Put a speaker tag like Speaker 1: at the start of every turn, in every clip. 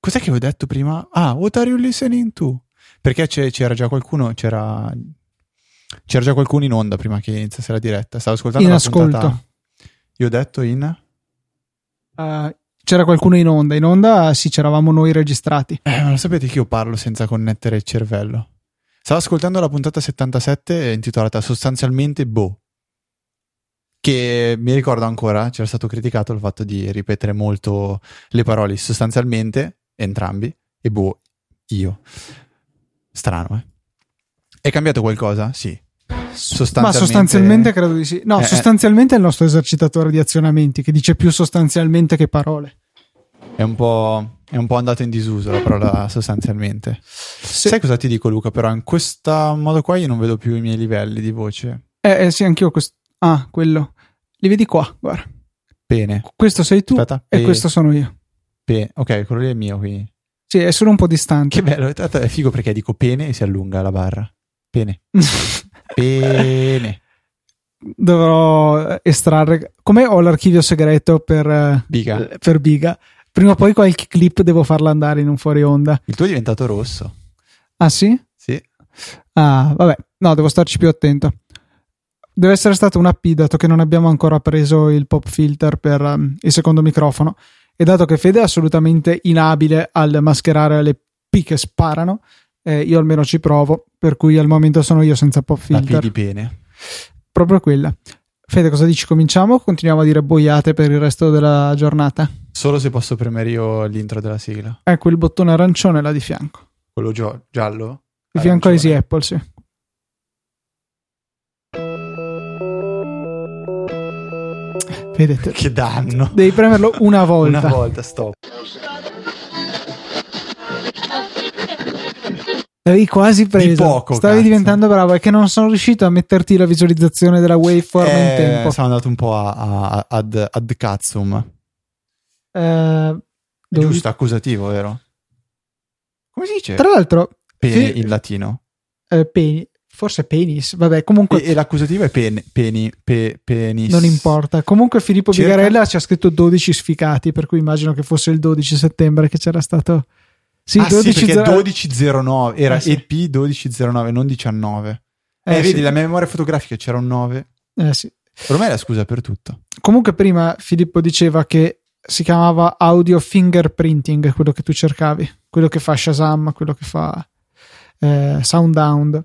Speaker 1: Cos'è che ho detto prima? Ah, what are you listening to? Perché c'è- c'era già qualcuno, c'era, c'era già qualcuno in onda prima che iniziasse la diretta. Stavo ascoltando
Speaker 2: In
Speaker 1: la
Speaker 2: ascolto.
Speaker 1: puntata. Io ho detto in...
Speaker 2: Eh, c'era qualcuno in onda. In onda sì, c'eravamo noi registrati.
Speaker 1: Eh, ma lo sapete che io parlo senza connettere il cervello? Stavo ascoltando la puntata 77 eh, intitolata sostanzialmente Boh, che mi ricordo ancora, c'era stato criticato il fatto di ripetere molto le parole sostanzialmente, entrambi, e Boh, io. Strano, eh? È cambiato qualcosa? Sì. Sostanzialmente...
Speaker 2: Ma sostanzialmente credo di sì. No,
Speaker 1: Eh, eh.
Speaker 2: sostanzialmente è il nostro esercitatore di azionamenti che dice più sostanzialmente che parole.
Speaker 1: È un po', è un po' andata in disuso la parola sostanzialmente. Sai cosa ti dico, Luca? Però in questo modo qua io non vedo più i miei livelli di voce.
Speaker 2: Eh, eh, sì, anch'io. quest- ah, quello. Li vedi qua, guarda.
Speaker 1: Pene.
Speaker 2: Questo sei tu
Speaker 1: Aspetta, eh.
Speaker 2: e
Speaker 1: pe-
Speaker 2: questo sono io.
Speaker 1: pe- ok, quello lì è mio. Quindi.
Speaker 2: Sì, è solo un po' distante.
Speaker 1: Che bello. tra l'altro È figo perché dico pene e si allunga la barra. Pene. eh. Pene.
Speaker 2: Dovrò estrarre. Come ho l'archivio segreto per, eh,
Speaker 1: Biga.
Speaker 2: per Biga, prima o poi qualche clip devo farla andare in un fuori onda.
Speaker 1: Il tuo è diventato rosso.
Speaker 2: Ah, sì?
Speaker 1: Sì.
Speaker 2: Ah, vabbè, no, devo starci più attento. Deve essere stata una P, dato che non abbiamo ancora preso il pop filter per ehm, il secondo microfono. E dato che Fede è assolutamente inabile al mascherare le P che sparano, eh, io almeno ci provo. Per cui al momento sono io senza pop
Speaker 1: La P di
Speaker 2: filter.
Speaker 1: pene.
Speaker 2: Proprio quella. Fede, cosa dici? Cominciamo o continuiamo a dire boiate per il resto della giornata?
Speaker 1: Solo se posso premere io l'intro della sigla.
Speaker 2: Ecco il bottone arancione là di fianco.
Speaker 1: Quello gio- giallo.
Speaker 2: Di fianco a Easy
Speaker 1: Arancione.
Speaker 2: Apple, sì. Vedete,
Speaker 1: Che danno.
Speaker 2: devi premerlo una volta.
Speaker 1: Una volta, stop.
Speaker 2: L'avevi quasi preso.
Speaker 1: Di poco,
Speaker 2: Stavi
Speaker 1: cazzo.
Speaker 2: diventando bravo. È che non sono riuscito a metterti la visualizzazione della waveform in
Speaker 1: Eh,
Speaker 2: tempo.
Speaker 1: Sono andato un po' a, a- ad, ad cazzum.
Speaker 2: Eh, dovevi-
Speaker 1: Giusto, accusativo, vero? Come si dice?
Speaker 2: Tra l'altro,
Speaker 1: Pene
Speaker 2: sì.
Speaker 1: in latino.
Speaker 2: eh, peni- forse penis. Vabbè, comunque
Speaker 1: E, e l'accusativo è pen, peni, pe- penis.
Speaker 2: non importa. Comunque Filippo
Speaker 1: Cerca-
Speaker 2: Bigarella ci ha scritto 12 sficati, per cui immagino che fosse il 12 settembre che c'era stato... Sì,
Speaker 1: ah, 12 sì, perché
Speaker 2: zero-
Speaker 1: 1209 era
Speaker 2: Eh, sì.
Speaker 1: EP 1209, non 19. Eh,
Speaker 2: Eh,
Speaker 1: vedi,
Speaker 2: sì.
Speaker 1: la mia memoria fotografica c'era un 9.
Speaker 2: Eh, sì.
Speaker 1: Ormai è la scusa per tutto.
Speaker 2: Comunque, prima Filippo diceva che si chiamava audio fingerprinting, quello che tu cercavi, quello che fa Shazam, quello che fa eh, Soundhound,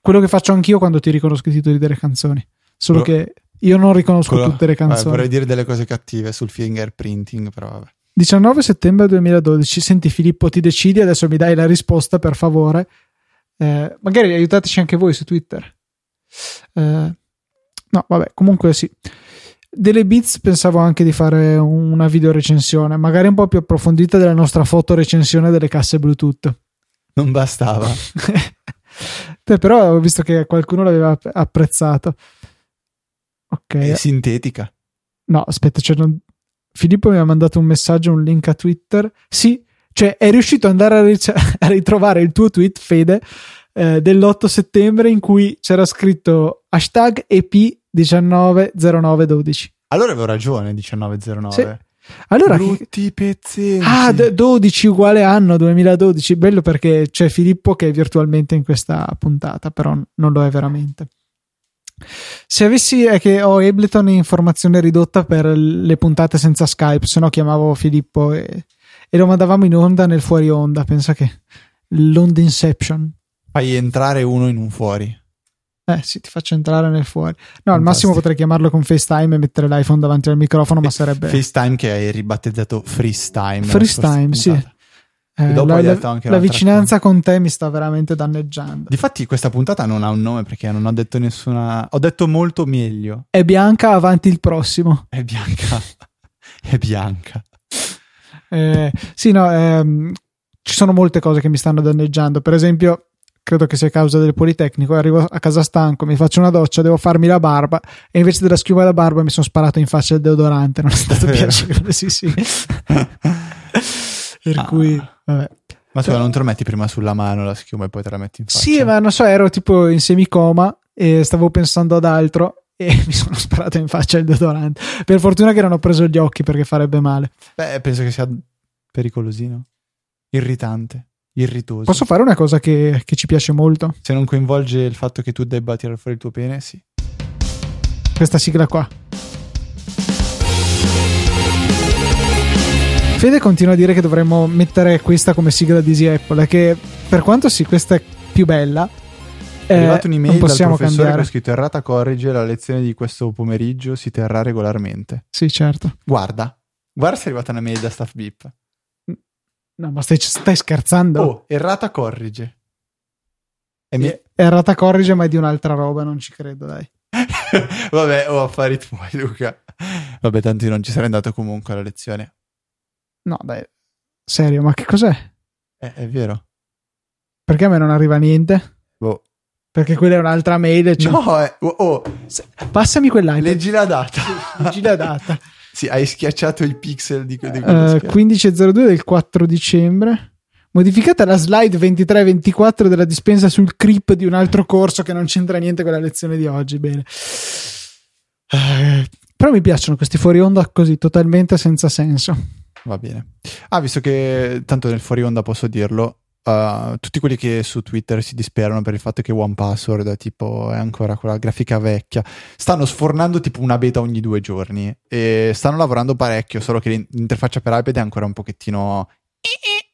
Speaker 2: quello che faccio anch'io quando ti riconosco i titoli delle canzoni. Solo
Speaker 1: Quello-
Speaker 2: che io non riconosco
Speaker 1: Quello-
Speaker 2: tutte le
Speaker 1: vabbè,
Speaker 2: canzoni.
Speaker 1: vorrei dire delle cose cattive sul fingerprinting, però vabbè.
Speaker 2: 19 settembre 2012. Senti, Filippo, ti decidi, adesso mi dai la risposta, per favore. Eh, magari aiutateci anche voi su Twitter. Eh, no, vabbè, comunque sì. Delle Beats pensavo anche di fare una video recensione, magari un po' più approfondita della nostra fotorecensione delle casse Bluetooth.
Speaker 1: Non bastava.
Speaker 2: Eh. Beh, però ho visto che qualcuno l'aveva app- apprezzato. Ok.
Speaker 1: È sintetica.
Speaker 2: No, aspetta, cioè non- Filippo mi ha mandato un messaggio, un link a Twitter. Sì, cioè è riuscito ad andare a, rice- a ritrovare il tuo tweet, Fede, eh, dell'8 settembre in cui c'era scritto hashtag EP190912.
Speaker 1: Allora avevo ragione, 1909.
Speaker 2: Allora, che-
Speaker 1: Brutti pezzetti.
Speaker 2: ah, d- 12 uguale anno 2012. Bello perché c'è Filippo che è virtualmente in questa puntata, però n- non lo è veramente. Se avessi è che ho Ableton in formazione ridotta per l- le puntate senza Skype, se no chiamavo Filippo e, e lo mandavamo in onda nel fuori onda. Pensa che l'onda Inception.
Speaker 1: Fai entrare uno in un fuori.
Speaker 2: Eh sì, ti faccio entrare nel fuori. No, al
Speaker 1: Fantastico. Eh,
Speaker 2: massimo potrei chiamarlo con FaceTime e mettere l'iPhone davanti al microfono, ma sarebbe
Speaker 1: FaceTime che hai ribattezzato Freestyle. nella
Speaker 2: Freestyle,
Speaker 1: scorsa puntata.
Speaker 2: eh,
Speaker 1: e dopo
Speaker 2: la,
Speaker 1: hai
Speaker 2: la-
Speaker 1: detto anche
Speaker 2: la
Speaker 1: un'altra
Speaker 2: vicinanza con te mi sta veramente danneggiando.
Speaker 1: Difatti, questa puntata non ha un nome perché non ho detto nessuna. Ho detto molto meglio.
Speaker 2: È bianca avanti il prossimo.
Speaker 1: È bianca. è bianca.
Speaker 2: Eh, sì, no, ehm, ci sono molte cose che mi stanno danneggiando. Per esempio, credo che sia causa del Politecnico. Arrivo a casa stanco, mi faccio una doccia, devo farmi la barba e invece della schiuma alla barba mi sono sparato in faccia il deodorante. Non è stato
Speaker 1: Davvero?
Speaker 2: piacevole, sì, sì. per
Speaker 1: Ah.
Speaker 2: cui, vabbè.
Speaker 1: Ma scusa, non te lo metti prima sulla mano la schiuma e poi te la metti in faccia?
Speaker 2: Sì, ma non so, ero tipo in semicoma e stavo pensando ad altro e mi sono sparato in faccia il deodorante. Per fortuna che non ho preso gli occhi perché farebbe male.
Speaker 1: Beh, penso che sia pericolosino. irritante, irritoso.
Speaker 2: Posso fare una cosa che, che ci piace molto?
Speaker 1: Se non coinvolge il fatto che tu debba tirare fuori il tuo pene, sì.
Speaker 2: Questa sigla qua. Fede continua a dire che dovremmo mettere questa come sigla di Easy Apple, che per quanto sì, questa è più bella,
Speaker 1: È
Speaker 2: eh,
Speaker 1: arrivata un'email
Speaker 2: non
Speaker 1: dal
Speaker 2: possiamo
Speaker 1: professore che ha
Speaker 2: cambiare.
Speaker 1: scritto errata corrige, la lezione di questo pomeriggio si terrà regolarmente.
Speaker 2: Sì, certo.
Speaker 1: Guarda, guarda se è arrivata una mail da staff beep.
Speaker 2: No, ma stai, stai scherzando?
Speaker 1: Oh, errata corrige. E mi...
Speaker 2: Errata corrige, ma è di un'altra roba, non ci credo, dai.
Speaker 1: Vabbè, ho affari tuoi, Luca. Vabbè, tanto io non ci sarei andato comunque alla lezione.
Speaker 2: No, dai. Serio, ma che cos'è?
Speaker 1: Eh, è vero.
Speaker 2: Perché a me non arriva niente?
Speaker 1: Boh.
Speaker 2: Perché quella è un'altra mail. e c'è-
Speaker 1: No, eh, oh, oh,
Speaker 2: Se- Passami quell'iPad.
Speaker 1: leggi la data.
Speaker 2: Leggi la data.
Speaker 1: Sì, hai schiacciato il pixel di, di quello
Speaker 2: Eh,
Speaker 1: schermo.
Speaker 2: 15.02 del 4 dicembre. Modificata la slide 23-24 della dispensa sul creep di un altro corso che non c'entra niente con la lezione di oggi. Bene. Eh, Però mi piacciono questi fuori onda così, totalmente senza senso.
Speaker 1: Va bene. Ah, visto che tanto nel fuori onda posso dirlo, eh, tutti quelli che su Twitter si disperano per il fatto che One Password eh, tipo, è ancora quella grafica vecchia, stanno sfornando tipo una beta ogni due giorni e stanno lavorando parecchio, solo che l'in- l'interfaccia per iPad è ancora un pochettino... eh,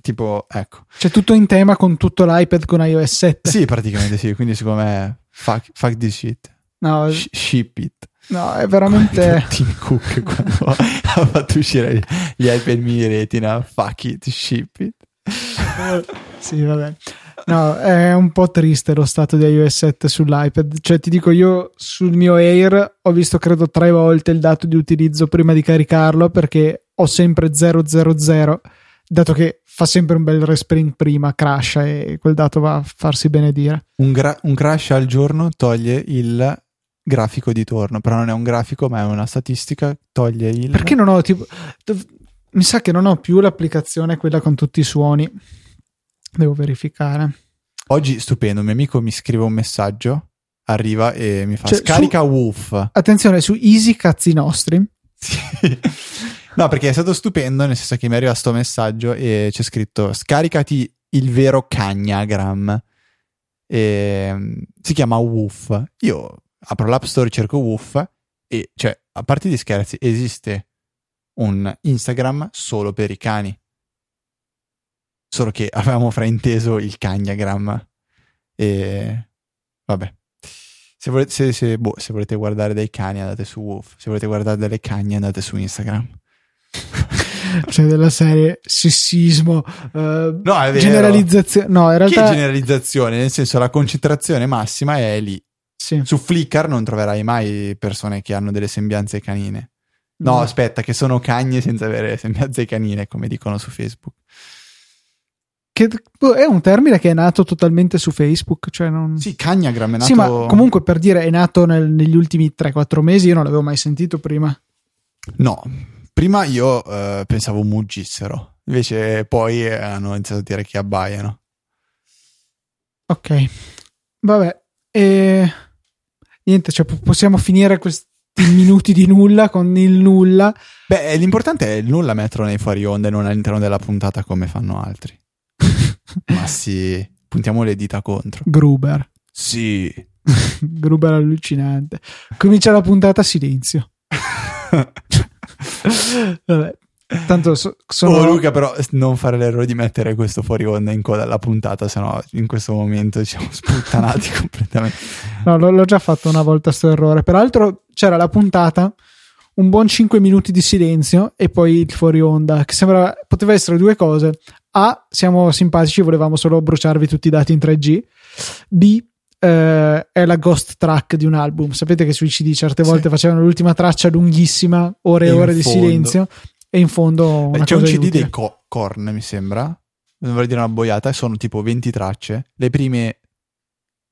Speaker 1: Tipo, ecco.
Speaker 2: C'è tutto in tema con tutto l'iPad con iOS 7.
Speaker 1: Sì, praticamente sì, quindi secondo me fuck, fuck this shit.
Speaker 2: No,
Speaker 1: Sh- ship it.
Speaker 2: no, è veramente.
Speaker 1: Come Tim Cook quando ha fatto uscire gli iPad mini retina, fuck it, ship it.
Speaker 2: Eh, sì, vabbè. No, è un po' triste lo stato di iOS 7 sull'iPad. Cioè, ti dico, io sul mio Air ho visto credo tre volte il dato di utilizzo prima di caricarlo perché ho sempre 000, dato che fa sempre un bel resprint prima, crasha e quel dato va a farsi benedire.
Speaker 1: Un, gra- un crash al giorno toglie il grafico di torno, però non è un grafico, ma è una statistica, toglie il...
Speaker 2: Perché non ho tipo. dov- Mi sa che non ho più l'applicazione, quella con tutti i suoni. Devo verificare.
Speaker 1: Oggi, stupendo, un mio amico mi scrive un messaggio, arriva e mi fa
Speaker 2: Cioè,
Speaker 1: scarica woof.
Speaker 2: Attenzione, su Easy Cazzi Nostri.
Speaker 1: Sì. No, perché è stato stupendo, nel senso che mi arriva sto messaggio e c'è scritto scaricati il vero cagnagram. E, mm, si chiama Woof. Io apro l'App Store, cerco Woof e, cioè, a parte gli scherzi, esiste un Instagram solo per i cani. Solo che avevamo frainteso il cagnagram. E vabbè. Se volete, se- se- boh, se volete guardare dei cani andate su Woof, se volete guardare delle cagne andate su Instagram.
Speaker 2: cioè della serie sessismo, eh,
Speaker 1: No, è vero.
Speaker 2: generalizzazione. No, in
Speaker 1: Che
Speaker 2: realtà
Speaker 1: generalizzazione, nel senso la concentrazione massima è lì.
Speaker 2: sì.
Speaker 1: Su Flickr non troverai mai persone che hanno delle sembianze canine. No, aspetta, che sono cagne senza avere sembianze canine, come dicono su Facebook.
Speaker 2: Che- boh, è un termine che è nato totalmente su Facebook, cioè non...
Speaker 1: Sì, cagnagram è nato...
Speaker 2: Sì, ma comunque per dire è nato nel- negli ultimi 3-4 mesi, io non l'avevo mai sentito prima.
Speaker 1: No, prima io eh, pensavo muggissero, invece poi eh, hanno iniziato a dire che abbaiano.
Speaker 2: Ok, vabbè, e... niente, cioè, po- possiamo finire questi minuti di nulla con il nulla.
Speaker 1: Beh, eh, l'importante è il nulla metterlo nei fuori onda e non all'interno della puntata come fanno altri. Ma sì, puntiamo le dita contro.
Speaker 2: Gruber,
Speaker 1: Sì.
Speaker 2: Gruber allucinante. Comincia la puntata silenzio. Vabbè. Tanto so- sono
Speaker 1: Oh Luca, però s- non fare l'errore di mettere questo fuori onda in coda alla puntata, sennò in questo momento ci siamo sputtanati completamente.
Speaker 2: No, l'ho, l'ho già fatto una volta sto errore. Peraltro c'era la puntata, un buon 5 minuti di silenzio e poi il fuori onda, che sembrava poteva essere due cose. A, siamo simpatici, volevamo solo bruciarvi tutti i dati in 3G. B, eh, è la ghost track di un album. Sapete che sui CD certe
Speaker 1: Sì.
Speaker 2: volte facevano l'ultima traccia lunghissima, ore e,
Speaker 1: E in
Speaker 2: ore di
Speaker 1: fondo.
Speaker 2: silenzio e in fondo
Speaker 1: Beh, Eh,
Speaker 2: una
Speaker 1: c'è un
Speaker 2: cosa
Speaker 1: CD
Speaker 2: inutile.
Speaker 1: dei co- Korn, mi sembra. Non vorrei dire una boiata, e sono tipo 20 tracce. Le prime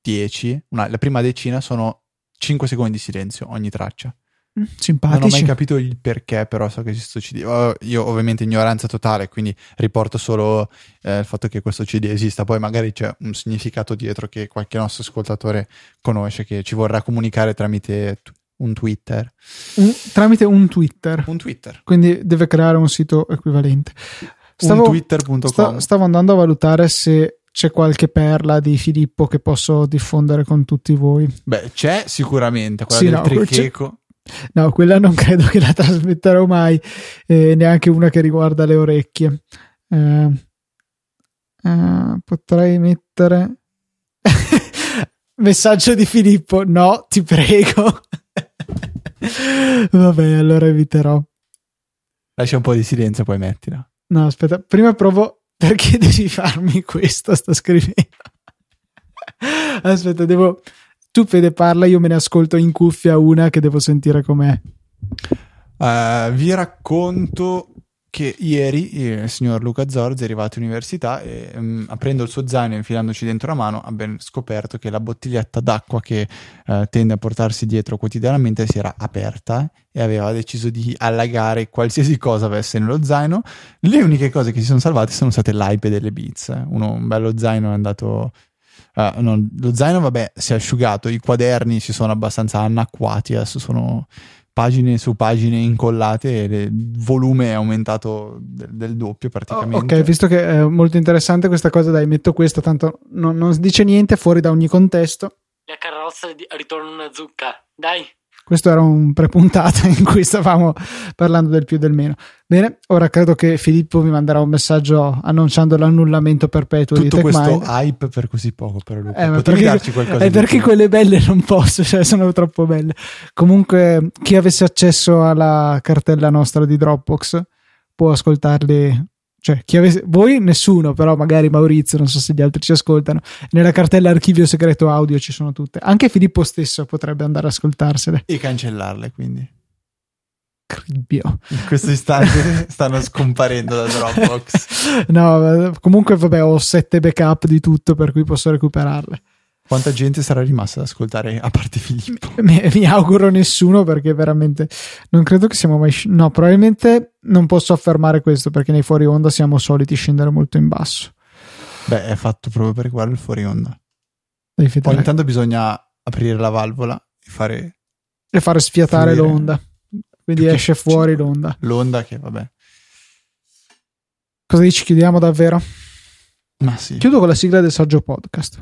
Speaker 1: 10, una- la prima decina sono 5 secondi di silenzio ogni traccia.
Speaker 2: Mm,
Speaker 1: Non ho mai
Speaker 2: Simpatici.
Speaker 1: capito il perché, però so che esiste questo CD. Oh, Io ovviamente ignoranza totale, quindi riporto solo eh, il fatto che questo CD esista. Poi magari c'è un significato dietro che qualche nostro ascoltatore conosce, che ci vorrà comunicare tramite t- un Twitter.
Speaker 2: Un- tramite un Twitter.
Speaker 1: Un Twitter.
Speaker 2: quindi deve creare un sito equivalente. Stavo-
Speaker 1: Twitter.com.
Speaker 2: Sta- stavo andando a valutare se c'è qualche perla di Filippo che posso diffondere con tutti voi.
Speaker 1: Beh, c'è sicuramente quella
Speaker 2: Sì,
Speaker 1: del
Speaker 2: no, quel-
Speaker 1: tricheco.
Speaker 2: No, quella non credo che la trasmetterò mai, eh, neanche una che riguarda le orecchie. Eh, eh, potrei mettere messaggio di Filippo. No, ti prego. Vabbè, allora eviterò.
Speaker 1: Lascia un po' di silenzio, poi mettila.
Speaker 2: No, aspetta, prima provo perché devi farmi questo, sto scrivendo. Aspetta, devo... Tu Fede parla, io me ne ascolto in cuffia una che devo sentire com'è.
Speaker 1: Oh, Eh, vi racconto che ieri eh, il signor Luca Zorzi è arrivato all'università e mm, aprendo il suo zaino e infilandoci dentro una mano ha ben scoperto che la bottiglietta d'acqua che eh, tende a portarsi dietro quotidianamente si era aperta e aveva deciso di allagare qualsiasi cosa avesse nello zaino. Le uniche cose che si sono salvate sono state l'iPad e le Beats. Uno, un bello zaino è andato... eh, no, lo zaino, vabbè, si è asciugato, i quaderni si sono abbastanza anacquati, adesso sono pagine su pagine incollate e le- il volume è aumentato del, del doppio praticamente.
Speaker 2: Ok, visto che è molto interessante questa cosa, dai, metto questa, tanto non, non dice niente fuori da ogni contesto.
Speaker 3: La carrozza di- ritorna una zucca. Dai.
Speaker 2: Questo era un prepuntata in cui stavamo parlando del più e del meno. Bene, ora credo che Filippo mi manderà un messaggio annunciando l'annullamento perpetuo di
Speaker 1: Tutto questo
Speaker 2: TechMind.
Speaker 1: hype per così poco, per Luca.
Speaker 2: Eh, ma
Speaker 1: Potevi
Speaker 2: perché-
Speaker 1: darci qualcosa
Speaker 2: È
Speaker 1: di
Speaker 2: perché
Speaker 1: più?
Speaker 2: quelle belle non posso, cioè sono troppo belle. Comunque, chi avesse accesso alla cartella nostra di Dropbox può ascoltarli. Cioè, chi avesse- voi nessuno, però magari Maurizio, non so se gli altri ci ascoltano. Nella cartella archivio segreto audio ci sono tutte. Anche Filippo stesso potrebbe andare ad ascoltarsele.
Speaker 1: E cancellarle, quindi.
Speaker 2: Cribbio.
Speaker 1: In questo istante stanno scomparendo da Dropbox.
Speaker 2: no, eh, comunque, vabbè, ho sette backup di tutto, per cui posso recuperarle.
Speaker 1: Quanta gente sarà rimasta ad ascoltare, a parte Filippo?
Speaker 2: mi, mi auguro nessuno perché veramente non credo che siamo mai sc- no probabilmente non posso affermare questo perché nei fuori onda siamo soliti scendere molto in basso
Speaker 1: Beh, è fatto proprio per quello il fuori onda.
Speaker 2: Devi fidare-
Speaker 1: Ogni tanto bisogna aprire la valvola e fare
Speaker 2: e fare sfiatare
Speaker 1: Fluire.
Speaker 2: l'onda quindi
Speaker 1: Più che-
Speaker 2: esce fuori l'onda
Speaker 1: l'onda che, vabbè.
Speaker 2: cosa dici chiudiamo davvero
Speaker 1: Ma sì.
Speaker 2: chiudo con la sigla del saggio podcast